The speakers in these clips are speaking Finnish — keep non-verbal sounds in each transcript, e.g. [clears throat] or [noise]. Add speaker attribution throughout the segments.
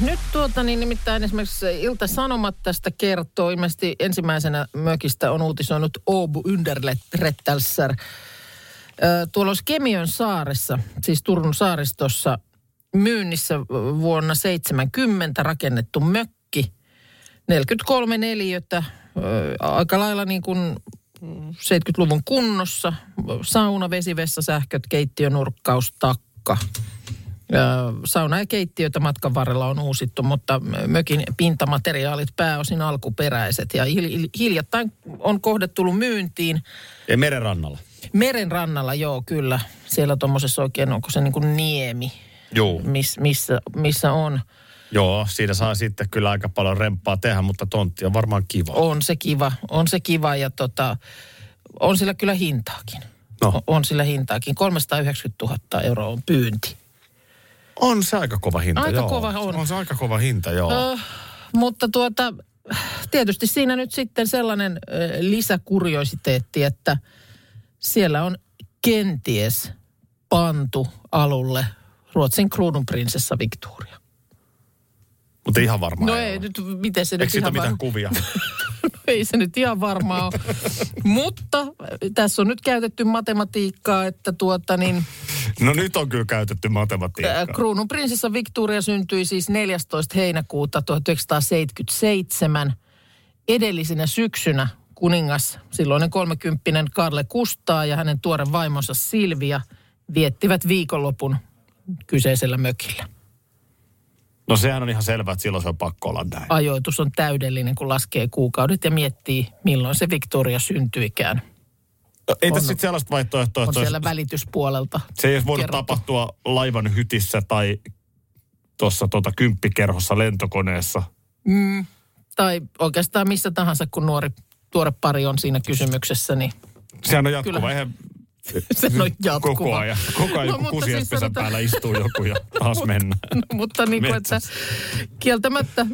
Speaker 1: Nyt tuota, niin nimittäin esimerkiksi Ilta-Sanomat tästä kertoo. Ilmeisesti ensimmäisenä mökistä on uutisoinut Oobu Ynderrettälsär. Tuolla olisi Kemiön saaressa, siis Turun saaristossa, myynnissä vuonna 70 rakennettu mökki. 43 neliötä, ö, aika lailla niin kuin 70-luvun kunnossa. Sauna, vesivessa, sähköt, keittiönurkkaus, takka. Ö, Sauna ja keittiötä matkan varrella on uusittu, mutta mökin pintamateriaalit pääosin alkuperäiset. Ja hil- hiljattain on kohde tullut myyntiin.
Speaker 2: Ja merenrannalla.
Speaker 1: Meren rannalla, joo, kyllä. Siellä tuommoisessa oikein, onko se niin kuin niemi,
Speaker 2: Joo.
Speaker 1: miss, missä, missä on.
Speaker 2: Mm. Joo, siinä saa sitten kyllä aika paljon remppaa tehdä, mutta tontti on varmaan kiva.
Speaker 1: On se kiva, on se kiva ja tota, on sillä kyllä hintaakin.
Speaker 2: No.
Speaker 1: O- On sillä hintaakin. 390 000 euroa on pyynti.
Speaker 2: On se aika kova hinta,
Speaker 1: Aika
Speaker 2: joo.
Speaker 1: kova on. No,
Speaker 2: On se aika kova hinta, joo.
Speaker 1: Ö, mutta tuota, tietysti siinä nyt sitten sellainen ö, lisäkurjositeetti, että siellä on kenties pantu alulle Ruotsin kruununprinsessa Victoria.
Speaker 2: Mutta ihan varmaan
Speaker 1: No ei nyt, miten se
Speaker 2: Eikö
Speaker 1: nyt
Speaker 2: siitä ole
Speaker 1: ihan
Speaker 2: mitään
Speaker 1: var-
Speaker 2: kuvia?
Speaker 1: ei se nyt ihan varmaa ole.
Speaker 2: [laughs]
Speaker 1: Mutta tässä on nyt käytetty matematiikkaa, että tuota niin,
Speaker 2: No nyt on kyllä käytetty
Speaker 1: ää,
Speaker 2: matematiikkaa.
Speaker 1: kruunun prinsessa Äh, Victoria syntyi siis 14. heinäkuuta 1977. Edellisenä syksynä kuningas, silloinen kolmekymppinen Karle Kustaa ja hänen tuore vaimonsa Silvia viettivät viikonlopun kyseisellä mökillä.
Speaker 2: No sehän on ihan selvää, että silloin se on pakko olla näin.
Speaker 1: Ajoitus on täydellinen, kun laskee kuukaudet ja miettii, milloin se Victoria syntyikään.
Speaker 2: No Ei
Speaker 1: on-
Speaker 2: tässä sitten sellaista vaihtoehtoa,
Speaker 1: On
Speaker 2: että se olisi-
Speaker 1: siellä välityspuolelta
Speaker 2: se ei olisi voinut
Speaker 1: kerrottu.
Speaker 2: tapahtua laivan hytissä tai tuossa tota kymppikerhossa lentokoneessa.
Speaker 1: Mm, tai oikeastaan missä tahansa, kun nuori, tuore pari on siinä kysymyksessä, niin [laughs]
Speaker 2: Sehän on jatkuva.
Speaker 1: Kyllä.
Speaker 2: Eihän
Speaker 1: se on jatkuva.
Speaker 2: koko ajan, koko ajan
Speaker 1: No,
Speaker 2: no, joku
Speaker 1: mutta
Speaker 2: kusiespesän
Speaker 1: siis sanotaan-
Speaker 2: päällä istuu joku
Speaker 1: [laughs]
Speaker 2: ja taas mennään.
Speaker 1: No, [laughs] mutta niin kuin, että
Speaker 2: Metsässä.
Speaker 1: kieltämättä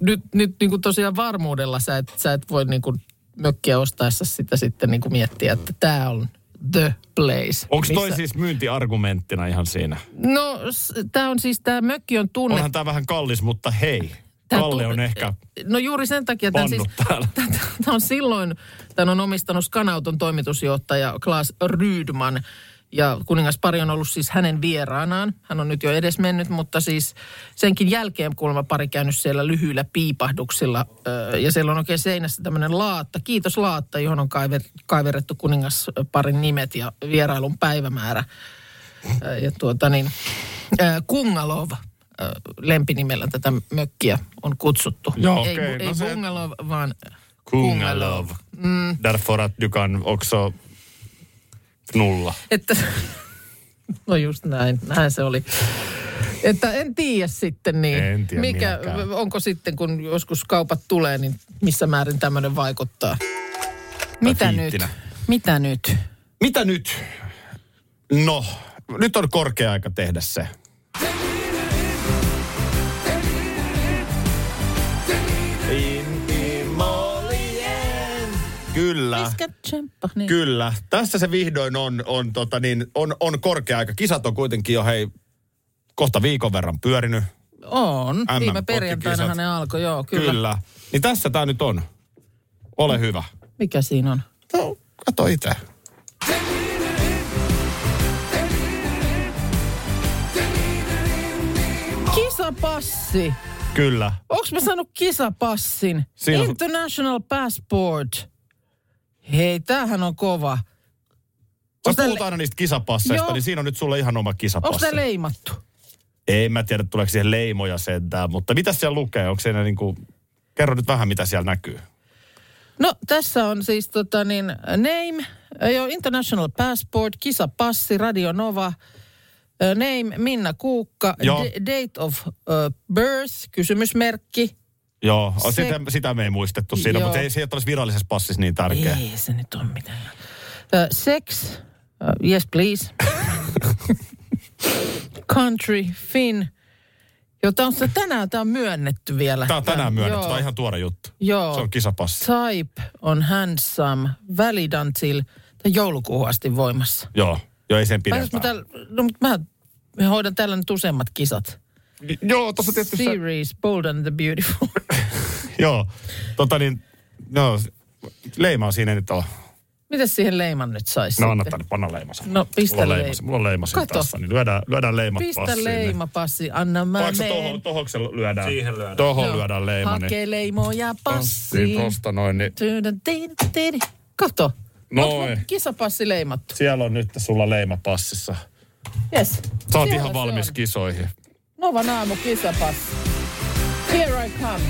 Speaker 1: nyt, nyt niin kuin tosiaan varmuudella sä et, sä et voi niin kuin mökkiä ostaessa sitä sitten niin kuin miettiä, että tämä on the place.
Speaker 2: Onko toi
Speaker 1: missä-
Speaker 2: siis myyntiargumenttina ihan siinä?
Speaker 1: No tämä on siis, tämä mökki on tunne.
Speaker 2: Onhan tämä vähän kallis, mutta hei.
Speaker 1: Tää
Speaker 2: Kalle
Speaker 1: tunne-
Speaker 2: on ehkä
Speaker 1: No juuri sen takia tämän siis,
Speaker 2: pannut täällä.
Speaker 1: Tämä on silloin, tämän on omistanut Skanauton toimitusjohtaja Klaas Rydman. Ja kuningaspari on ollut siis hänen vieraanaan. Hän on nyt jo edes mennyt, mutta siis senkin jälkeen kuulemma pari käynyt siellä lyhyillä piipahduksilla. Öö, Ja siellä on oikein seinässä tämmöinen laatta, kiitos laatta, johon on kaiver- kaiverrettu kuningasparin nimet ja vierailun päivämäärä. Öö, Ja tuota niin, öö, Kungalov öö, lempinimellä tätä mökkiä on kutsuttu.
Speaker 2: Joo,
Speaker 1: ei,
Speaker 2: okei,
Speaker 1: ei
Speaker 2: no se-
Speaker 1: Kungalov, vaan
Speaker 2: Kungalov. Mm. Därför att du kan också knulla.
Speaker 1: Että, [laughs] no just näin, näin se oli. Että en tiedä sitten niin,
Speaker 2: En tiedä
Speaker 1: mikä,
Speaker 2: minäkään.
Speaker 1: onko sitten kun joskus kaupat tulee, niin missä määrin tämmöinen vaikuttaa. Mitä nyt?
Speaker 2: viittinä.
Speaker 1: Mitä nyt?
Speaker 2: Mitä nyt? No, nyt on korkea aika tehdä se. Kyllä.
Speaker 1: Iskä tsemppa, niin.
Speaker 2: Kyllä, tässä se vihdoin on, on, tota niin, on, on korkea aika. Kisat on kuitenkin jo hei, kohta viikon verran pyörinyt.
Speaker 1: on.
Speaker 2: MM
Speaker 1: Viime
Speaker 2: potkikisat.
Speaker 1: perjantainahan ne alkoi, joo, kyllä. kyllä.
Speaker 2: Kyllä. Niin tässä tämä nyt on. Ole hyvä.
Speaker 1: Mikä siinä on?
Speaker 2: No, kato itse.
Speaker 1: Kisapassi.
Speaker 2: Kyllä.
Speaker 1: Onks mä saanut kisapassin?
Speaker 2: Siinä on-
Speaker 1: International passport. Hei, tämähän on kova.
Speaker 2: Sä
Speaker 1: Onks
Speaker 2: puhut
Speaker 1: tää-
Speaker 2: aina niistä kisapasseista,
Speaker 1: Joo.
Speaker 2: niin siinä on nyt sulle ihan oma
Speaker 1: Onko
Speaker 2: kisapassi.
Speaker 1: ne leimattu?
Speaker 2: Ei mä tiedä, tuleeko siihen leimoja sentään, mutta mitä siellä lukee? Onko siinä niinku... Kerro nyt vähän, mitä siellä näkyy.
Speaker 1: No tässä on siis tota niin, name, jo international passport, kisapassi, Radio Nova, Ö, Name Minna Kuukka,
Speaker 2: Joo.
Speaker 1: D- date of ö, birth, kysymysmerkki.
Speaker 2: Joo,
Speaker 1: Se-
Speaker 2: se... sitä, sitä me ei muistettu siinä,
Speaker 1: Joo.
Speaker 2: mutta ei, se ei ole tässä virallisessa passissa niin tärkeä.
Speaker 1: Ei se nyt on mitään. Ö, Sex, ö, yes
Speaker 2: [laughs]
Speaker 1: please. Country, Finn. Jota on sitä tänään, tämä on myönnetty vielä.
Speaker 2: Tämä on tänään myönnetty,
Speaker 1: Joo.
Speaker 2: tämä on ihan tuore juttu.
Speaker 1: Joo.
Speaker 2: Se on kisapassi.
Speaker 1: Type on handsome, valid until, tai joulukuuhun asti voimassa.
Speaker 2: Joo, joo ei sen
Speaker 1: Pääsis mä
Speaker 2: pidempään.
Speaker 1: täällä, no mutta mä, mä hoidan täällä nyt useammat kisat.
Speaker 2: Joo, tuossa tietysti... Se...
Speaker 1: Series, Bold and the Beautiful. [laughs]
Speaker 2: Joo, tota niin, joo, leimaa siinä ei nyt ole.
Speaker 1: Mitäs siihen leiman nyt saisi
Speaker 2: No anna tänne, panna leimansa.
Speaker 1: No, pistä
Speaker 2: mulla on
Speaker 1: leima.
Speaker 2: leimasi, mulla on leimasi
Speaker 1: Kato.
Speaker 2: tässä, niin lyödään, lyödään leimat
Speaker 1: Pistä
Speaker 2: passiin.
Speaker 1: leima, passi, anna mä
Speaker 2: Vaikka tohon,
Speaker 1: meen.
Speaker 2: tohon se lyödään. Siihen
Speaker 3: lyödään.
Speaker 2: Tohon
Speaker 1: Joo.
Speaker 2: lyödään leima, niin
Speaker 1: Hake leimoja
Speaker 2: niin
Speaker 1: passiin.
Speaker 2: tosta noin, niin
Speaker 1: Tyydän, tin, tin. Kato.
Speaker 2: Noin.
Speaker 1: Onko mun Kisapassi leimattu.
Speaker 2: siellä on nyt sulla leima passissa.
Speaker 1: Yes.
Speaker 2: Sä oot
Speaker 1: Siellä
Speaker 2: ihan
Speaker 1: se
Speaker 2: valmis
Speaker 1: on.
Speaker 2: kisoihin.
Speaker 1: Novan aamu kisapassi. Here I come.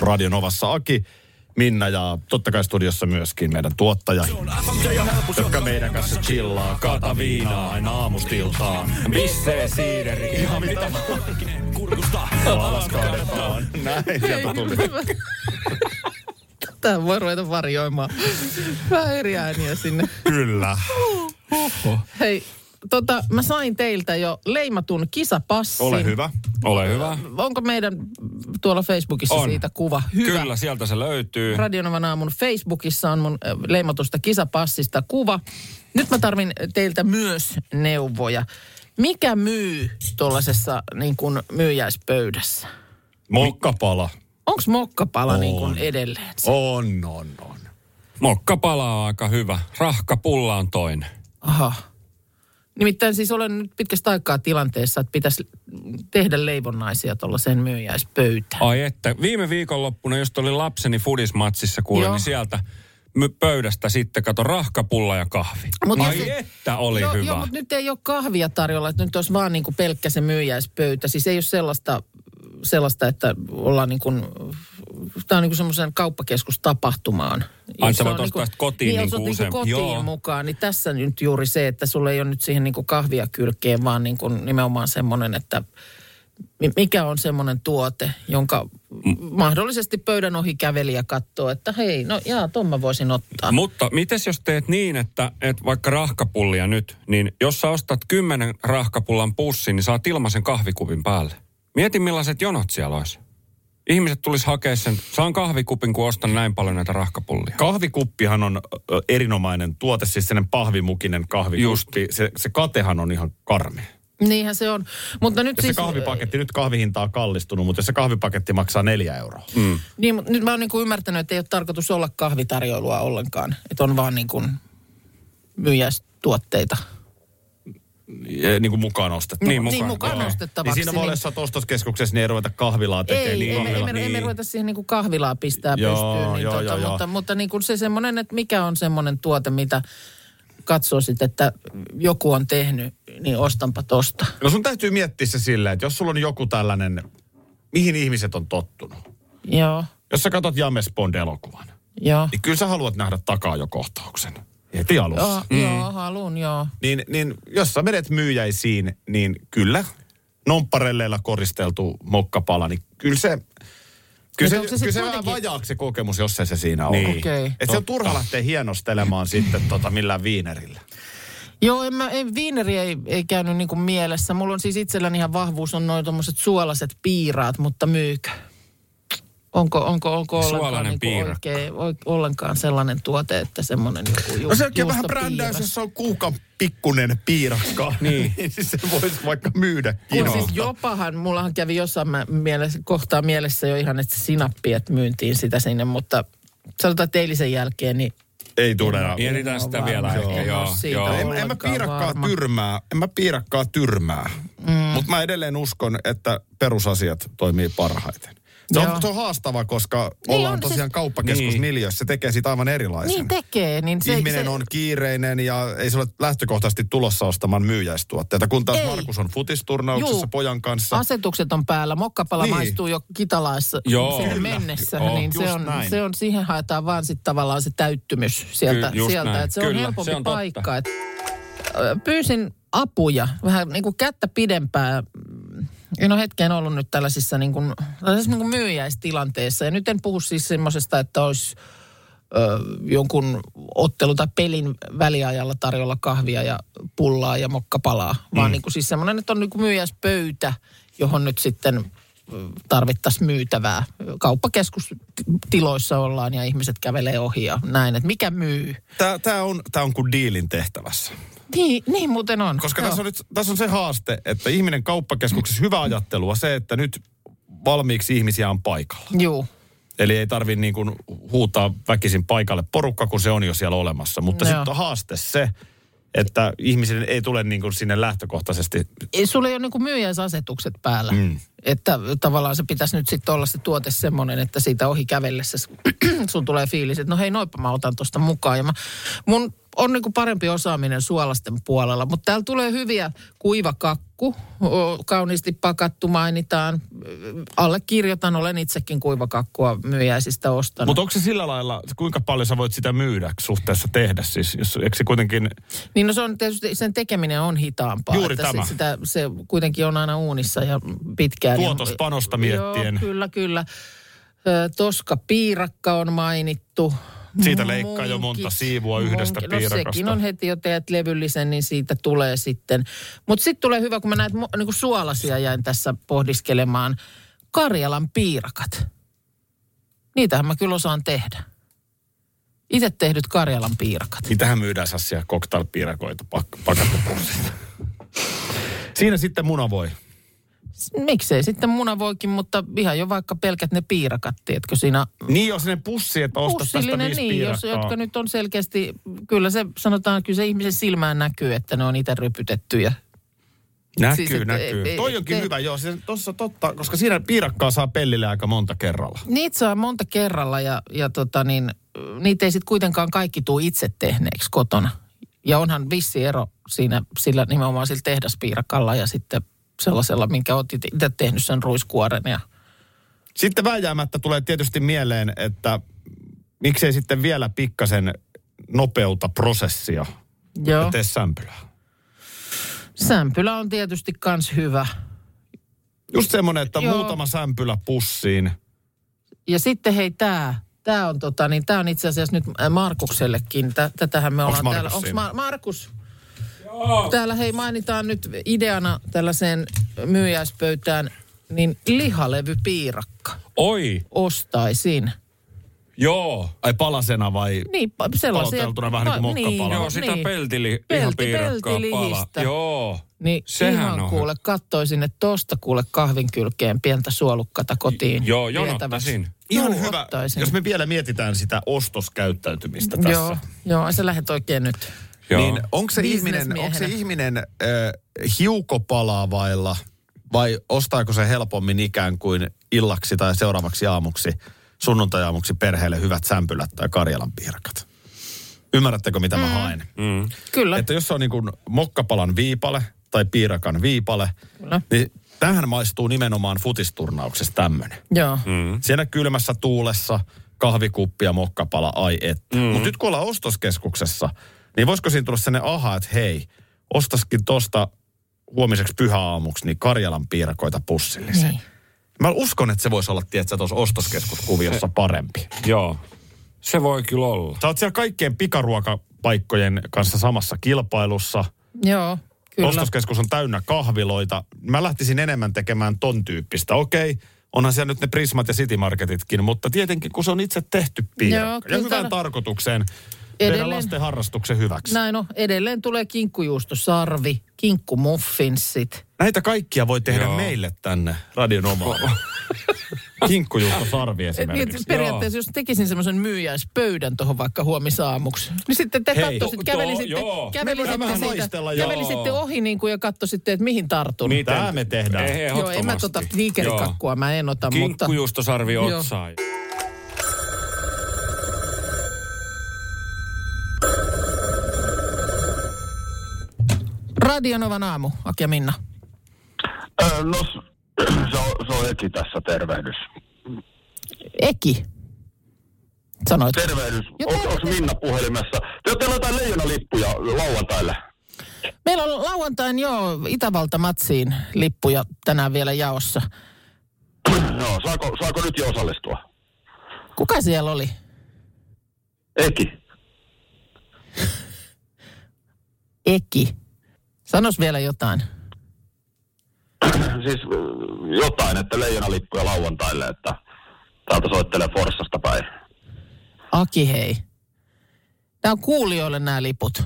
Speaker 2: Radio Novassa Aki, Minna ja totta kai studiossa myöskin meidän tuottaja, jotka meidän kanssa chillaa, kaata viinaa aina aamustiltaan. Bissee siideri, ihan mitä vaan. Alaskaudetaan. Näin sieltä tuli.
Speaker 1: [laughs] Tää voi ruveta varjoimaan. Vähän eri ääniä sinne.
Speaker 2: Kyllä.
Speaker 1: Hei, tota, mä sain teiltä jo leimatun kisapassin.
Speaker 2: Ole hyvä.
Speaker 4: Ole hyvä.
Speaker 1: Onko meidän tuolla Facebookissa
Speaker 4: On.
Speaker 1: siitä kuva? Hyvä.
Speaker 4: Kyllä, sieltä se löytyy.
Speaker 1: Radionavan aamun Facebookissa on mun ö, leimatusta kisapassista kuva. Nyt mä tarvin teiltä myös neuvoja. Mikä myy tuollaisessa niin kuin myyjäispöydässä?
Speaker 2: Mokkapala.
Speaker 1: Onko mokkapala
Speaker 2: On.
Speaker 1: niin kuin edelleen?
Speaker 2: On, on, on.
Speaker 4: Mokka palaa aika hyvä. Rahka pulla on toinen.
Speaker 1: Aha. Nimittäin siis olen nyt pitkästä aikaa tilanteessa, että pitäisi tehdä leivonnaisia tuollaiseen myyjäispöytään.
Speaker 4: Ai että, viime viikonloppuna, just oli lapseni fudismatsissa kuule,
Speaker 1: Joo.
Speaker 4: niin sieltä my- pöydästä sitten kato rahkapulla ja kahvi.
Speaker 1: Mut
Speaker 4: Ai
Speaker 1: jos se-
Speaker 4: että oli
Speaker 1: joo,
Speaker 4: hyvä.
Speaker 1: Joo, mutta nyt ei ole kahvia tarjolla, että nyt olisi vaan niin kuin pelkkä se myyjäispöytä. Siis ei ole sellaista, sellaista että ollaan niin kuin, tämä on niin kuin semmoisen kauppakeskustapahtumaan.
Speaker 4: Ai,
Speaker 1: Jos
Speaker 4: sä
Speaker 1: on
Speaker 4: voit ostaa sitä kotiin
Speaker 1: niin, jos
Speaker 4: niin kuin
Speaker 1: on niin kuin
Speaker 4: useampi.
Speaker 1: kotiin
Speaker 4: Joo.
Speaker 1: mukaan, niin tässä nyt juuri se, että sulle ei ole nyt siihen niin kuin kahvia kylkeen, vaan niin kuin nimenomaan semmoinen, että mi- mikä on semmoinen tuote, jonka
Speaker 4: Mm.
Speaker 1: mahdollisesti pöydän ohi kävelijä katsoo, että hei, no jaa, ton mä voisin ottaa.
Speaker 4: Mutta mites jos teet niin, että, että vaikka rahkapullia nyt, niin jos sä ostat kymmenen rahkapullan pussin, niin saat ilmaisen kahvikupin päälle. Mieti millaiset jonot siellä olisi. Ihmiset tulisi hakea sen. Saan kahvikupin, kun ostan näin paljon näitä rahkapullia.
Speaker 2: Kahvikuppihan on ö, erinomainen tuote, siis sellainen pahvimukinen kahvikuppi. Se, se katehan on ihan karmi.
Speaker 1: Niinhän se on. Mutta nyt
Speaker 2: Ja
Speaker 1: siis...
Speaker 2: se kahvipaketti, nyt kahvihinta on kallistunut, mutta se kahvipaketti maksaa neljä euroa. Mm.
Speaker 1: Niin, mut nyt mä oon niinku ymmärtänyt, että ei ole tarkoitus olla kahvitarjoilua ollenkaan. Että on vaan niinku myyjäistuotteita.
Speaker 2: Niin kuin mukaan ostettava.
Speaker 4: Niin, mukaan.
Speaker 1: niin mukaan
Speaker 4: Joo.
Speaker 2: Niin
Speaker 1: ostettavaksi.
Speaker 2: siinä voi olla jossain ostoskeskuksessa, niin ei ruveta kahvilaa
Speaker 1: ei,
Speaker 2: tekemään.
Speaker 1: ei,
Speaker 2: niin
Speaker 1: me, ei,
Speaker 2: kahvila-
Speaker 1: me, ei me
Speaker 2: niin.
Speaker 1: ruveta siihen niinku kahvilaa pistää
Speaker 2: Joo,
Speaker 1: pystyyn. Niin
Speaker 2: joo,
Speaker 1: tota,
Speaker 2: joo, joo.
Speaker 1: mutta mutta niinku se semmoinen, että mikä on semmoinen tuote, mitä katsoo sitten, että joku on tehnyt, niin ostanpa tosta.
Speaker 2: No sun täytyy miettiä se silleen, että jos sulla on joku tällainen, mihin ihmiset on tottunut.
Speaker 1: Joo,
Speaker 2: Jos sä katsot James Bond-elokuvan,
Speaker 1: joo.
Speaker 2: niin kyllä sä haluat nähdä takaa jo kohtauksen. Heti alussa.
Speaker 1: Joo, joo, haluun, joo.
Speaker 2: niin, niin jos sä menet myyjäisiin, niin kyllä nonparelleilla koristeltu mokkapala, niin kyllä se, kyllä se,
Speaker 1: onko se
Speaker 2: kyllä
Speaker 1: sit
Speaker 2: se vähän
Speaker 1: kuitenkin-
Speaker 2: vajaaksi se kokemus, jos ei se siinä ole.
Speaker 4: Niin.
Speaker 1: Okei.
Speaker 2: Et se on turha lähteä hienostelemaan sitten tota millään viinerillä.
Speaker 1: Joo, en mä, ei, viineri ei, ei käynyt niinku mielessä. Mulla on siis itselläni ihan vahvuus on noin tommoset suolaset piiraat, mutta myykö? Onko, onko, onko ollenkaan,
Speaker 4: Suolainen
Speaker 1: niinku
Speaker 4: piirakka.
Speaker 1: oikein, oik, ollenkaan sellainen tuote, että semmoinen niinku ju,
Speaker 2: No se onkin vähän
Speaker 1: juustopiiras.
Speaker 2: brändäys, jos se on kuukan pikkunen piirakka. [laughs] niin. se voisi vaikka myydä
Speaker 1: Kun siis jopahan, mullahan kävi jossain mä mielessä, kohtaa mielessä jo ihan, että sinappi, että myyntiin sitä sinne, mutta sanotaan että eilisen jälkeen, niin
Speaker 2: Ei tule enää.
Speaker 4: Mietitään sitä
Speaker 1: varma.
Speaker 4: vielä
Speaker 1: Joo.
Speaker 4: ehkä,
Speaker 1: En oo
Speaker 4: joo.
Speaker 1: No, siitä
Speaker 4: joo.
Speaker 2: En, en mä
Speaker 1: ollenkaan
Speaker 2: piirakkaa
Speaker 1: varma.
Speaker 2: varma. tyrmää, en mä piirakkaa tyrmää. Mm. Mutta mä edelleen uskon, että perusasiat toimii parhaiten. Se
Speaker 1: Joo.
Speaker 2: on, se on haastava, koska
Speaker 1: Niin
Speaker 2: niin ollaan
Speaker 1: on,
Speaker 2: on,
Speaker 1: siis-
Speaker 2: tosiaan siis... kauppakeskus
Speaker 4: Niin.
Speaker 2: niin. Se tekee siitä aivan erilaisen.
Speaker 1: Niin tekee, niin se...
Speaker 2: Ihminen
Speaker 1: se,
Speaker 2: on kiireinen ja ei se ole lähtökohtaisesti tulossa ostamaan myyjäistuotteita, kun taas
Speaker 1: Ei.
Speaker 2: Markus on futisturnauksessa
Speaker 1: Juu.
Speaker 2: pojan kanssa.
Speaker 1: Asetukset on päällä, mokkapala niin.
Speaker 2: Niin.
Speaker 1: maistuu jo kitalaissa
Speaker 4: Joo.
Speaker 1: siihen
Speaker 4: Kyllä.
Speaker 1: mennessä,
Speaker 4: Joo,
Speaker 1: niin se
Speaker 2: just
Speaker 1: on,
Speaker 2: näin.
Speaker 1: se on, siihen haetaan vaan sit tavallaan se täyttymys sieltä,
Speaker 4: Ky- just
Speaker 1: sieltä.
Speaker 4: näin.
Speaker 1: Et se on
Speaker 4: Kyllä,
Speaker 1: helpompi
Speaker 4: se on totta.
Speaker 1: paikka. Et, ö, pyysin apuja, vähän niin kuin kättä pidempää. En ole hetkeen ollut nyt tällaisissa niin kuin, tällaisissa niin kuin myyjäistilanteissa. Ja nyt en puhu siis semmoisesta, että olisi ö, jonkun ottelu tai pelin väliajalla tarjolla kahvia ja pullaa ja mokkapalaa,
Speaker 2: Mm.
Speaker 1: vaan niin kuin siis semmoinen, että on niin kuin myyjäspöytä, johon nyt sitten tarvittaisiin myytävää. Kauppakeskustiloissa ollaan ja ihmiset kävelee ohi ja näin, että mikä myy.
Speaker 2: Tää, tää, on, tää on kuin diilin tehtävässä.
Speaker 1: Niin, niin muuten on.
Speaker 2: Koska
Speaker 1: Joo.
Speaker 2: tässä on, nyt, tässä on se haaste, että ihminen kauppakeskuksessa hyvä ajattelua se, että nyt valmiiksi ihmisiä on paikalla.
Speaker 1: Juu,
Speaker 2: Eli ei tarvi niin kuin huutaa väkisin paikalle porukka, kun se on jo siellä olemassa. Mutta
Speaker 1: Joo.
Speaker 2: sitten on haaste se, että ihmisille ei tule niin kuin sinne lähtökohtaisesti.
Speaker 1: Ei, sulla ei ole niinku myyjäisasetukset päällä. Mm. Että tavallaan se pitäisi nyt sitten olla se tuote semmoinen, että siitä ohi kävellessä [clears throat] s- sun tulee fiilis, että no hei noipa mä otan tuosta mukaan. Ja mä, mun on niinku parempi osaaminen suolasten puolella, mutta täällä tulee hyviä kuivakakku, o, kauniisti pakattu mainitaan. Allekirjoitan, olen itsekin kuivakakkua myyjäisistä ostanut.
Speaker 2: Mutta onko se sillä lailla, kuinka paljon sä voit sitä myydä suhteessa tehdä? Siis, jos, eikö se kuitenkin,
Speaker 1: Niin no se on tietysti, sen tekeminen on hitaampaa.
Speaker 2: Juuri
Speaker 1: että
Speaker 2: tämä.
Speaker 1: Se, sitä, se kuitenkin on aina uunissa ja pitkään.
Speaker 2: Tuotos panosta miettien.
Speaker 1: Joo, kyllä, kyllä. Ö, Toska piirakka on mainittu.
Speaker 2: Siitä leikkaa jo monta siivua yhdestä
Speaker 1: no,
Speaker 2: piirakasta.
Speaker 1: sekin on heti jo teet levyllisen, niin siitä tulee sitten. Mutta sitten tulee hyvä, kun mä näitä niin kuin suolasia jäin tässä pohdiskelemaan. Karjalan piirakat. Niitähän mä kyllä osaan tehdä. Itse tehdyt Karjalan piirakat.
Speaker 2: niitähän niin myydään sassia cocktailpiirakoita pak- pakattupussista. Siinä sitten muna voi.
Speaker 1: miksei sitten muna voikin, mutta ihan jo vaikka pelkät ne piirakat, tiedätkö siinä
Speaker 2: Niin jos ne pussi, että osta tästä
Speaker 1: pussillinen,
Speaker 2: viisi
Speaker 1: niin, jos,
Speaker 2: piirakkaa.
Speaker 1: jotka nyt on selkeästi, kyllä se sanotaan, kyllä se ihmisen silmään näkyy, että ne on itse rypytettyjä.
Speaker 2: Näkyy,
Speaker 1: siis, et-
Speaker 2: näkyy.
Speaker 1: et-
Speaker 2: Toi onkin
Speaker 1: et-
Speaker 2: hyvä, joo. Se, tossa totta, koska siinä piirakkaa saa pellille aika monta kerralla.
Speaker 1: Niitä saa monta kerralla ja, ja tota niin, niitä ei sitten kuitenkaan kaikki tuu itse tehneeksi kotona. Ja onhan vissi ero siinä sillä nimenomaan sillä tehdaspiirakalla ja sitten sellaisella, minkä oot itse tehnyt sen ruiskuoren ja
Speaker 2: Sitten vääjäämättä tulee tietysti mieleen, että miksei sitten vielä pikkasen nopeuta prosessia
Speaker 1: Joo.
Speaker 2: ja tee sämpylää.
Speaker 1: sämpylä on tietysti kans hyvä.
Speaker 2: Just semmoinen, että
Speaker 1: Joo.
Speaker 2: joo. muutama sämpylä pussiin.
Speaker 1: Ja sitten hei tämä, tämä on, tota, niin, tää on itse asiassa nyt äh, Markuksellekin. Tä, tätähän me
Speaker 2: Onks
Speaker 1: ollaan
Speaker 2: Markus
Speaker 1: täällä. Onko
Speaker 2: siinä?
Speaker 1: Ma- Markus? Joo. Täällä hei mainitaan nyt ideana tällaiseen myyjäispöytään, niin lihalevypiirakka
Speaker 4: Oi,
Speaker 1: ostaisin.
Speaker 4: joo.
Speaker 2: Ai palasena vai?
Speaker 1: Niin, pa- sellaisia.
Speaker 2: Paloteltuna vähän niin kuin mokkapala.
Speaker 4: Joo, sitä
Speaker 1: niin.
Speaker 4: peltili,
Speaker 1: Pelti-
Speaker 4: ihan piirakkaa pala.
Speaker 1: peltilihistä.
Speaker 4: Joo.
Speaker 1: Niin
Speaker 4: Sehän
Speaker 1: ihan
Speaker 4: on
Speaker 1: kuule, kattoisin, että tosta kuule kahvin kylkeen pientä suolukkata kotiin.
Speaker 4: Joo,
Speaker 1: vietäväksi.
Speaker 4: jonottaisin.
Speaker 2: Ihan
Speaker 1: Juu,
Speaker 2: hyvä,
Speaker 1: ottaisin.
Speaker 2: jos me vielä mietitään sitä ostoskäyttäytymistä tässä.
Speaker 1: Joo, joo, ai sä lähdet oikein nyt.
Speaker 4: Joo.
Speaker 2: Niin onko se ihminen,
Speaker 1: Bisnesmiehenä.
Speaker 2: onko se ihminen äh, hiukopalaa vailla vai ostaako se helpommin ikään kuin illaksi tai seuraavaksi aamuksi, sunnuntajaamuksi perheelle hyvät sämpylät tai karjalan piirakat? Ymmärrättekö mitä mä haen?
Speaker 4: Mm.
Speaker 1: Kyllä.
Speaker 2: Että jos se on niin kuin mokkapalan viipale tai piirakan viipale,
Speaker 1: Kyllä.
Speaker 2: niin tähän maistuu nimenomaan futisturnauksessa tämmöinen.
Speaker 1: Joo.
Speaker 4: Mm.
Speaker 2: Siinä kylmässä tuulessa kahvikuppi ja mokkapala, ai että. Mm. Mutta nyt kun ollaan ostoskeskuksessa, niin voisiko siinä tulla sellainen aha, että hei, ostaskin tosta huomiseksi pyhäaamuksi niin Karjalan piirakoita pussillisen.
Speaker 1: Niin.
Speaker 2: Niin. Mä uskon, että se voisi olla, tiedätkö, tuossa ostoskeskuskuviossa parempi.
Speaker 4: Joo. Se voi kyllä olla.
Speaker 2: Sä oot siellä kaikkien pikaruokapaikkojen kanssa samassa kilpailussa.
Speaker 1: Joo, kyllä.
Speaker 2: Ostoskeskus on täynnä kahviloita. Mä lähtisin enemmän tekemään ton tyyppistä. Okei, onhan siellä nyt ne Prismat ja City Marketitkin, mutta tietenkin kun se on itse tehty
Speaker 1: Joo,
Speaker 2: piirakka
Speaker 1: kyllä
Speaker 2: ja hyvään
Speaker 1: täällä-
Speaker 2: tarkoitukseen
Speaker 1: Edelleen-
Speaker 2: meidän lasten harrastuksen hyväksi.
Speaker 1: Näin on. Edelleen tulee kinkkujuustosarvi, kinkkumuffins sit.
Speaker 2: Näitä kaikkia voi tehdä
Speaker 4: Joo.
Speaker 1: [laughs]
Speaker 2: meille tänne radion omaan. Kinkkujuusto sarvi
Speaker 1: Niin,
Speaker 2: esimerkiksi.
Speaker 1: periaatteessa jos tekisin semmoisen myyjäispöydän tuohon vaikka huomisaamuksi, niin sitten te
Speaker 2: Hei,
Speaker 1: katsoisitte,
Speaker 4: to-
Speaker 1: kävelisitte,
Speaker 4: joo.
Speaker 2: Me
Speaker 1: kävelisitte,
Speaker 2: voidaan
Speaker 1: siitä,
Speaker 2: haistella, joo.
Speaker 1: kävelisitte ohi niin kuin ja katsoisitte, että mihin tartun.
Speaker 2: Niin, Tää me tehdään.
Speaker 4: Ei,
Speaker 1: Joo, en mä tota tiikerikakkua, mä en ota, mutta...
Speaker 4: Kinkkujuustosarvi
Speaker 1: Joo.
Speaker 4: otsaan.
Speaker 1: Radionovan aamu, Aki ja Minna.
Speaker 5: Öö, No, s- [clears throat] se on, se on Eki tässä, tervehdys.
Speaker 1: Eki. Sanoit.
Speaker 5: Tervehdys.
Speaker 1: Joo,
Speaker 5: Onko
Speaker 1: terve-
Speaker 5: Minna puhelimessa? Te olette jotain leijonalippuja lauantaille. [clears throat]
Speaker 1: Meillä on lauantain jo Itävalta-matsiin lippuja tänään vielä jaossa.
Speaker 5: No, saako, saako nyt jo osallistua?
Speaker 1: Kuka siellä oli?
Speaker 5: Eki. [clears throat]
Speaker 1: Eki. Sanos vielä jotain.
Speaker 5: Siis öö, jotain, että leijonalippuja lauantaille, että täältä soittelee Forssasta päin.
Speaker 1: Aki, hei. Nämä on kuulijoille nämä liput.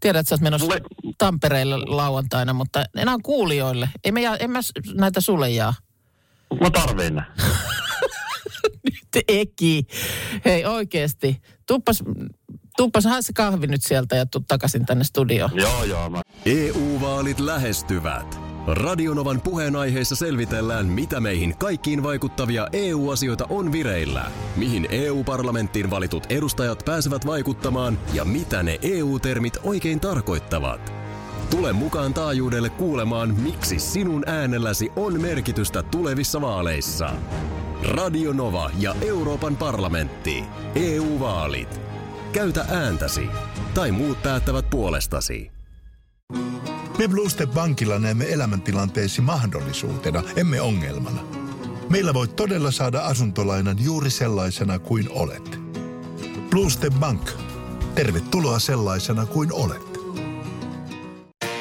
Speaker 1: Tiedät, että sä oot menossa
Speaker 5: Mulle-
Speaker 1: Tampereelle lauantaina, mutta nämä on kuulijoille. Ei me jaa, en mä s- näitä sulle jaa.
Speaker 5: Mä tarviin ne.
Speaker 1: Eki. Hei, oikeesti. Tuppas, tuppas hae se kahvi nyt sieltä ja tuu takaisin tänne studioon.
Speaker 5: joo, joo, mä
Speaker 6: EU-vaalit E lähestyvät. Radionovan puheenaiheessa selvitellään, mitä meihin kaikkiin vaikuttavia EU-asioita on vireillä, mihin EU-parlamenttiin valitut edustajat pääsevät vaikuttamaan ja mitä ne EU-termit oikein tarkoittavat. Tule mukaan taajuudelle kuulemaan, miksi sinun äänelläsi on merkitystä tulevissa vaaleissa. Radio Nova ja Euroopan parlamentti. EU-vaalit. Käytä ääntäsi. Tai muut päättävät puolestasi.
Speaker 7: Me Bluestep Bankilla näemme elämäntilanteesi mahdollisuutena, emme ongelmana. Meillä voit todella saada asuntolainan juuri sellaisena kuin olet. Bluestep Bank. Tervetuloa sellaisena kuin olet.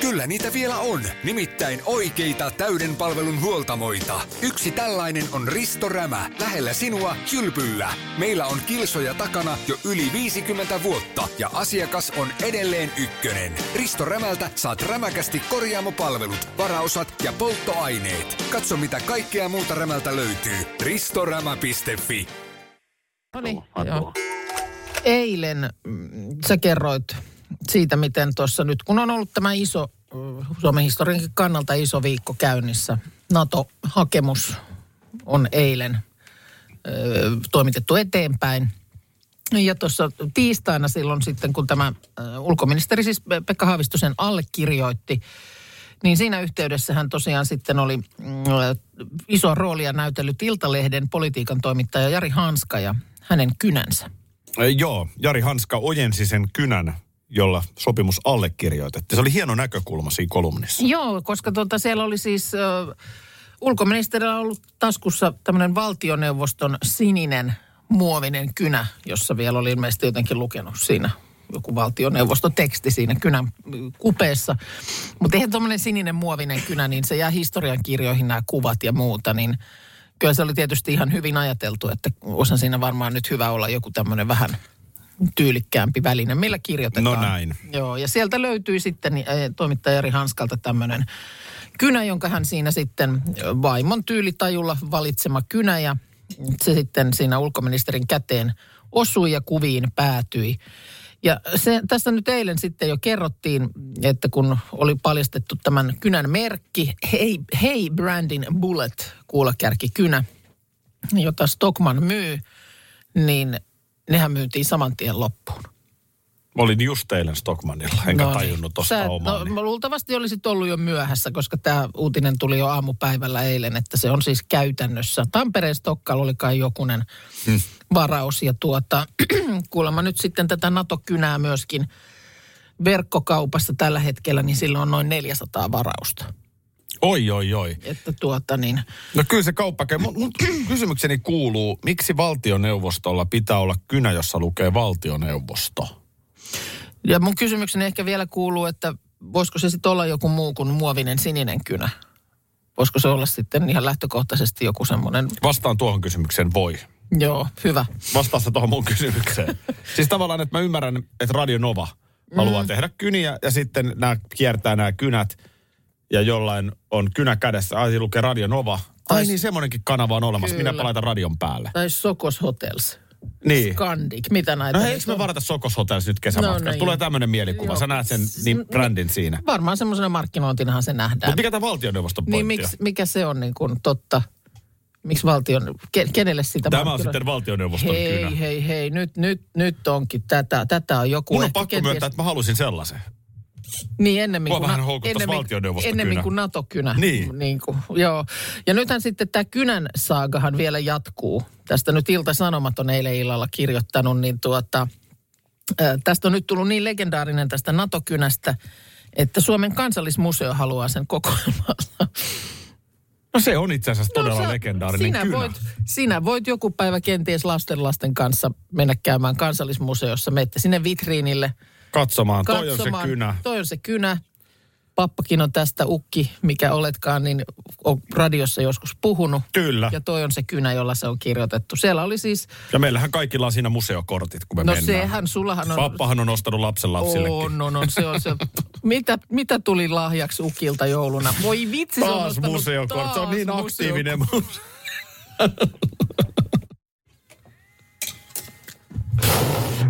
Speaker 8: Kyllä niitä vielä on, nimittäin oikeita täyden palvelun huoltamoita. Yksi tällainen on Risto Rämä, lähellä sinua, kylpyllä. Meillä on kilsoja takana jo yli 50 vuotta ja asiakas on edelleen ykkönen. Risto Rämältä saat rämäkästi korjaamopalvelut, varaosat ja polttoaineet. Katso mitä kaikkea muuta Rämältä löytyy. ristorämä.fi
Speaker 1: No niin, joo. Eilen mm, sä kerroit siitä, miten tuossa nyt, kun on ollut tämä iso, mm, Suomen historiankin kannalta iso viikko käynnissä, NATO-hakemus on eilen ö, toimitettu eteenpäin. Ja tuossa tiistaina silloin sitten, kun tämä ö, ulkoministeri siis Pe- Pekka Haavistosen allekirjoitti, niin siinä yhteydessä hän tosiaan sitten oli mm, isoa roolia näytellyt Iltalehden politiikan toimittaja Jari Hanska ja hänen kynänsä. Niin,
Speaker 2: Ei, Joo, Jari Hanska ojensi sen kynän, jolla sopimus allekirjoitettiin. Se oli hieno näkökulma siinä kolumnissa.
Speaker 1: Joo, koska tuota, siellä oli siis ö, ulkoministerillä ollut taskussa tämmöinen valtioneuvoston sininen muovinen kynä, jossa vielä oli ilmeisesti jotenkin lukenut siinä joku valtioneuvostoteksti siinä kynän mm, kupeessa. Mutta eihän tuommoinen sininen muovinen kynä, niin se jää historiankirjoihin nämä kuvat ja muuta, niin kyllä se oli tietysti ihan hyvin ajateltu, että osa siinä varmaan nyt hyvä olla joku tämmöinen vähän tyylikkäämpi väline, millä kirjoitetaan.
Speaker 2: No näin.
Speaker 1: Joo, ja sieltä löytyi sitten eh, toimittaja Jari Hanskalta tämmöinen kynä, jonka hän siinä sitten eh, vaimon tyylitajulla valitsema kynä ja se sitten siinä ulkoministerin käteen osui ja kuviin päätyi. Ja se, tästä nyt eilen sitten jo kerrottiin, että kun oli paljastettu tämän kynän merkki, Hei, hei Brandin Bullet kuulakärkikynä, jota Stockman myy, niin nehän myytiin saman tien loppuun.
Speaker 2: Mä olin just eilen Stockmanilla, enkä
Speaker 1: niin.
Speaker 2: tajunnut
Speaker 1: Sä
Speaker 2: tosta
Speaker 1: et-
Speaker 2: omaa. niin.
Speaker 1: No, luultavasti olisit ollut jo myöhässä, koska tämä uutinen tuli jo aamupäivällä eilen, että se on siis käytännössä. Tampereen Stokkalla oli kai jokunen
Speaker 2: Hmm.
Speaker 1: varaus ja tuota, [clears throat] kuulemma nyt sitten tätä NATO-kynää myöskin verkkokaupassa tällä hetkellä, niin sillä on noin 400 varausta.
Speaker 2: Oi, oi, oi.
Speaker 1: Että tuota niin,
Speaker 2: No kyllä se kauppa käy. Mun, mun kysymykseni kuuluu, miksi valtioneuvostolla pitää olla kynä, jossa lukee valtioneuvosto?
Speaker 1: ja mun kysymykseni ehkä vielä kuuluu, että voisiko se sitten olla joku muu kuin muovinen sininen kynä? Voisiko se olla sitten ihan lähtökohtaisesti joku semmoinen,
Speaker 2: Vastaan tuohon kysymykseen voi.
Speaker 1: joo, hyvä.
Speaker 2: Vastaa sä tuohon mun
Speaker 1: [laughs]
Speaker 2: kysymykseen. siis tavallaan, että mä ymmärrän, että Radio Nova
Speaker 1: Mm.
Speaker 2: haluaa tehdä kyniä ja sitten nämä kiertää nämä kynät ja jollain on kynä kädessä. Ai, siinä lukee Radio Nova Ai
Speaker 1: Tai-
Speaker 2: niin, semmoinenkin kanava on olemassa.
Speaker 1: Kyllä.
Speaker 2: Minä palaitan radion päälle.
Speaker 1: Tai Sokos Hotels.
Speaker 2: Niin.
Speaker 1: Skandik, mitä näitä
Speaker 2: No hei,
Speaker 1: nyt
Speaker 2: eikö me
Speaker 1: on?
Speaker 2: varata Sokos Hotels nyt kesämatkassa?
Speaker 1: No niin.
Speaker 2: Tulee tämmöinen mielikuva.
Speaker 1: Joo.
Speaker 2: Sä näet sen niin, brändin siinä.
Speaker 1: Varmaan semmoisena markkinointinahan se nähdään.
Speaker 2: Mutta mikä tämä valtioneuvoston pointti
Speaker 1: niin
Speaker 2: on?
Speaker 1: miksi, mikä se on niin kuin totta? Miksi valtion, ke, kenelle sitä
Speaker 2: Tämä on
Speaker 1: markkinoidaan?
Speaker 2: sitten valtioneuvoston kynä.
Speaker 1: Hei, hei, hei, nyt, nyt, nyt onkin tätä, tätä on joku.
Speaker 2: Mun on
Speaker 1: ehkä
Speaker 2: pakko myöntää, että mä halusin sellaisen.
Speaker 1: Niin ennemmin
Speaker 2: Mua
Speaker 1: kuin,
Speaker 2: vähän houkuttaisi valtioneuvostokynä.
Speaker 1: ennemmin kuin NATO-kynä.
Speaker 2: Niin.
Speaker 1: niin kuin, joo. Ja nythän sitten tämä kynän saagahan vielä jatkuu. Tästä nyt Ilta-Sanomat on eilen illalla kirjoittanut, niin tuota, ö, tästä on nyt tullut niin legendaarinen tästä NATO-kynästä, että Suomen kansallismuseo haluaa sen [laughs] kokoelmansa.
Speaker 2: No se on itse asiassa todella
Speaker 1: sä-
Speaker 2: legendaarinen
Speaker 1: sinä
Speaker 2: kynä.
Speaker 1: Voit, sinä voit joku päivä kenties lasten lasten kanssa mennä käymään kansallismuseossa. Menette sinne vitriinille
Speaker 2: Katsomaan, toi on
Speaker 1: katsomaan.
Speaker 2: se kynä.
Speaker 1: Toi on se kynä. Pappakin on tästä ukki, mikä oletkaan, niin on radiossa joskus puhunut.
Speaker 2: Kyllä.
Speaker 1: Ja toi on se kynä, jolla se on kirjoitettu. Siellä oli siis,
Speaker 2: Ja meillähän kaikilla on siinä museokortit, kun me
Speaker 1: no
Speaker 2: mennään.
Speaker 1: sehän sullahan on...
Speaker 2: Pappahan on ostanut lapsen lapsillekin.
Speaker 1: On, on, on, se on se. Mitä, mitä tuli lahjaksi ukilta jouluna? Voi vitsi, se on
Speaker 2: Taas
Speaker 1: ottanut
Speaker 2: museokortti. Se on
Speaker 1: taas
Speaker 2: niin
Speaker 1: museo-
Speaker 2: aktiivinen. muse-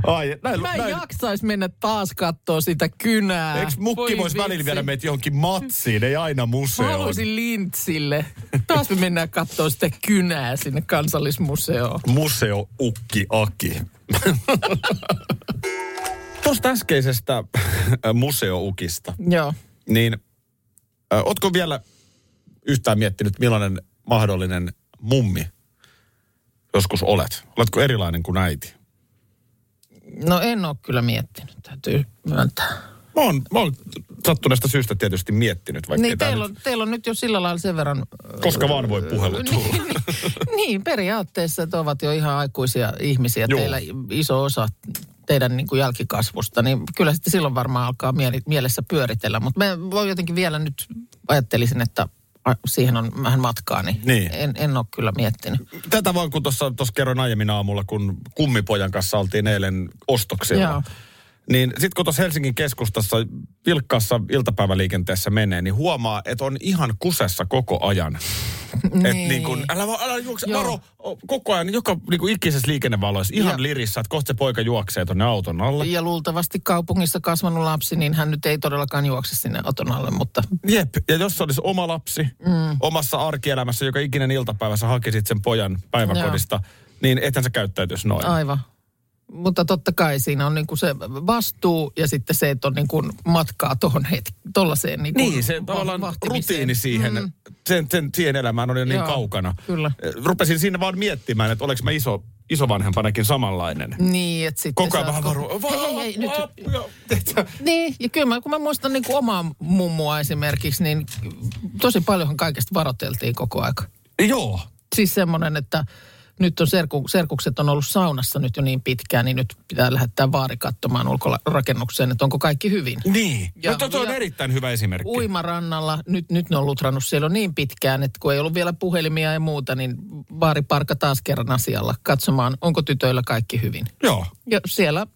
Speaker 2: Ai, näin,
Speaker 1: Mä en
Speaker 2: näin.
Speaker 1: jaksais mennä taas kattoo sitä kynää.
Speaker 2: Eikö mukki
Speaker 1: Voi
Speaker 2: voisi välillä
Speaker 1: vitsi.
Speaker 2: viedä meitä johonkin matsiin, ei aina
Speaker 1: Mä
Speaker 2: museoon?
Speaker 1: haluaisin lintsille. Taas me mennään kattoo sitä kynää sinne kansallismuseoon.
Speaker 2: Museo Ukki
Speaker 1: [laughs]
Speaker 2: Aki. Tuosta äskeisestä äh, museoukista,
Speaker 1: Joo.
Speaker 2: niin ö, ootko vielä yhtään miettinyt, millainen mahdollinen mummi joskus olet? Oletko erilainen kuin äiti?
Speaker 1: No en ole kyllä miettinyt, täytyy myöntää.
Speaker 2: Mä oon, mä oon sattuneesta syystä tietysti miettinyt, vaikka ei
Speaker 1: Niin
Speaker 2: tää
Speaker 1: teillä on,
Speaker 2: nyt-
Speaker 1: teillä on nyt jo sillä lailla sen verran... ö,
Speaker 2: koska vaan voi puhelu tulla.
Speaker 1: [laughs] niin, niin, periaatteessa että ovat jo ihan aikuisia ihmisiä.
Speaker 2: Joo.
Speaker 1: Joo. Teillä iso osa teidän niin kuin jälkikasvusta, niin kyllä sitten silloin varmaan alkaa mieli, mielessä pyöritellä. Mutta mä voi jotenkin vielä nyt ajattelisin, että a- siihen on vähän matkaa, niin,
Speaker 2: Niin.
Speaker 1: En, en ole kyllä miettinyt.
Speaker 2: Tätä vaan kun tuossa tuossa kerroin aiemmin aamulla, kun kummipojan kanssa oltiin eilen ostoksilla.
Speaker 1: Joo.
Speaker 2: Niin sitten kun tuossa Helsingin keskustassa vilkkaassa iltapäiväliikenteessä menee, niin huomaa, että on ihan kusessa koko ajan. Niin. Et niin kun, älä, vaan- älä juokse,
Speaker 1: Joo.
Speaker 2: varo o, koko ajan, joka niin kun ikisessä liikennevaloissa, ihan
Speaker 1: Ja-
Speaker 2: lirissä, että kohta se poika juoksee tuonne auton alle.
Speaker 1: Ja luultavasti kaupungissa kasvanut lapsi, niin hän nyt ei todellakaan juokse sinne oton alle, mutta
Speaker 2: Jep, ja jos se olisi oma lapsi, mm. omassa arkielämässä, joka ikinen iltapäivä sä hakisit sen pojan päiväkodista, Joo. niin ethän sä käyttäytyisi noin.
Speaker 1: Aivan. Mutta totta kai siinä on niinku se vastuu ja sitten se, että on niinku matkaa tuohon hetk- tollaiseen niinku
Speaker 2: Niin, se
Speaker 1: va-
Speaker 2: tavallaan
Speaker 1: vahtimiseen.
Speaker 2: rutiini siihen, mm. sen, sen, siihen elämään on jo niin
Speaker 1: Joo,
Speaker 2: kaukana.
Speaker 1: kyllä.
Speaker 2: Eh, Rupesin siinä vaan miettimään, että olenko mä iso, isovanhempanakin samanlainen.
Speaker 1: Niin, että sitten
Speaker 2: Koko ajan
Speaker 1: sä
Speaker 2: vähän
Speaker 1: oot-
Speaker 2: varu...
Speaker 1: Hei, hei, nyt.
Speaker 2: Joo, tiedätkö?
Speaker 1: Niin, ja kyllä mä, kun mä muistan niinku omaa mummua esimerkiksi, niin tosi paljonhan kaikesta varoteltiin koko aika.
Speaker 2: Joo.
Speaker 1: Siis semmoinen, että nyt on serku, serkukset on ollut saunassa nyt jo niin pitkään, niin nyt pitää lähettää vaari katsomaan ulkorakennukseen, että onko kaikki hyvin.
Speaker 2: Niin.
Speaker 1: Ja-
Speaker 2: no, toi on
Speaker 1: ja-
Speaker 2: erittäin hyvä esimerkki.
Speaker 1: uimarannalla, nyt, nyt ne on lutrannut siellä niin pitkään, että kun ei ollut vielä puhelimia ja muuta, niin baariparka taas kerran asialla katsomaan, onko tytöillä kaikki hyvin.
Speaker 2: Joo.
Speaker 1: Ja siellä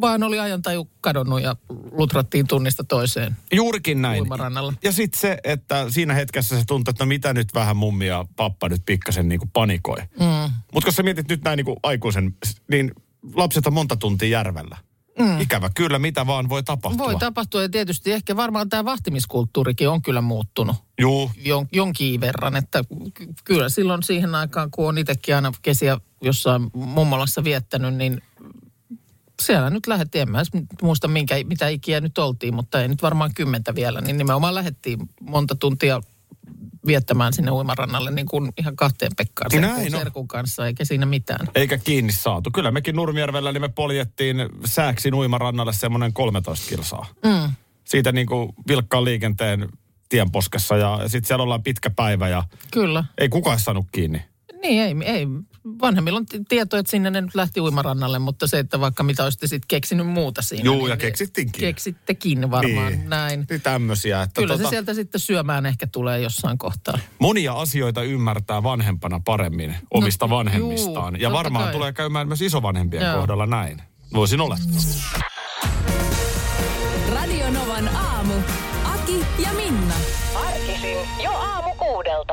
Speaker 1: vaan oli ajantaju kadonnut ja lutrattiin tunnista toiseen
Speaker 2: Juurikin
Speaker 4: niin.
Speaker 2: näin.
Speaker 1: uimarannalla.
Speaker 2: Ja sitten se, että siinä hetkessä se tuntuu, että no mitä nyt vähän mummi ja pappa nyt pikkasen niin kuin panikoi. Mm. Mutta kun sä mietit nyt näin niin kuin aikuisen, niin lapset on monta tuntia järvellä. Mm. Ikävä kyllä, mitä vaan voi tapahtua.
Speaker 1: Voi tapahtua ja tietysti ehkä varmaan tämä vahtimiskulttuurikin on kyllä muuttunut
Speaker 2: Juu.
Speaker 1: jon, jonkin verran. Että ky- kyllä silloin siihen aikaan, kun on itsekin aina kesiä jossain mummolassa viettänyt, niin siellä nyt lähdettiin. En mä edes muista, minkä, mitä ikiä nyt oltiin, mutta ei nyt varmaan kymmentä vielä. Niin nimenomaan lähdettiin monta tuntia viettämään sinne uimarannalle niin kuin ihan kahteen Pekkaan
Speaker 2: Niin Näin
Speaker 1: serkun,
Speaker 2: on.
Speaker 1: serkun kanssa, eikä siinä mitään.
Speaker 2: Eikä kiinni saatu. Kyllä mekin Nurmijärvellä niin me poljettiin sääksin uimarannalle semmoinen 13 kilsaa. Mm. Siitä niin kuin vilkkaan liikenteen tienposkessa ja sitten siellä ollaan pitkä päivä ja
Speaker 1: Kyllä.
Speaker 2: ei kukaan saanut kiinni.
Speaker 1: Niin, ei, ei. Vanhemmilla on t- tieto, että sinne ne nyt lähti uimarannalle, mutta se, että vaikka mitä olisitte sitten keksinyt muuta siinä.
Speaker 2: Juu,
Speaker 1: niin
Speaker 2: ja keksittiinkin.
Speaker 1: Keksittekin varmaan, niin. näin.
Speaker 2: Niin tämmöisiä. Että
Speaker 1: Kyllä se sieltä sitten syömään ehkä tulee jossain kohtaa.
Speaker 2: Monia asioita ymmärtää vanhempana paremmin omista no, vanhemmistaan.
Speaker 1: juu,
Speaker 2: ja
Speaker 1: totta
Speaker 2: varmaan
Speaker 1: kai.
Speaker 2: tulee käymään myös isovanhempien
Speaker 1: Joo.
Speaker 2: kohdalla näin. Voisin olettaa.
Speaker 9: Radio Novan aamu. Aki ja Minna.
Speaker 10: Arkisin jo aamu kuudelta.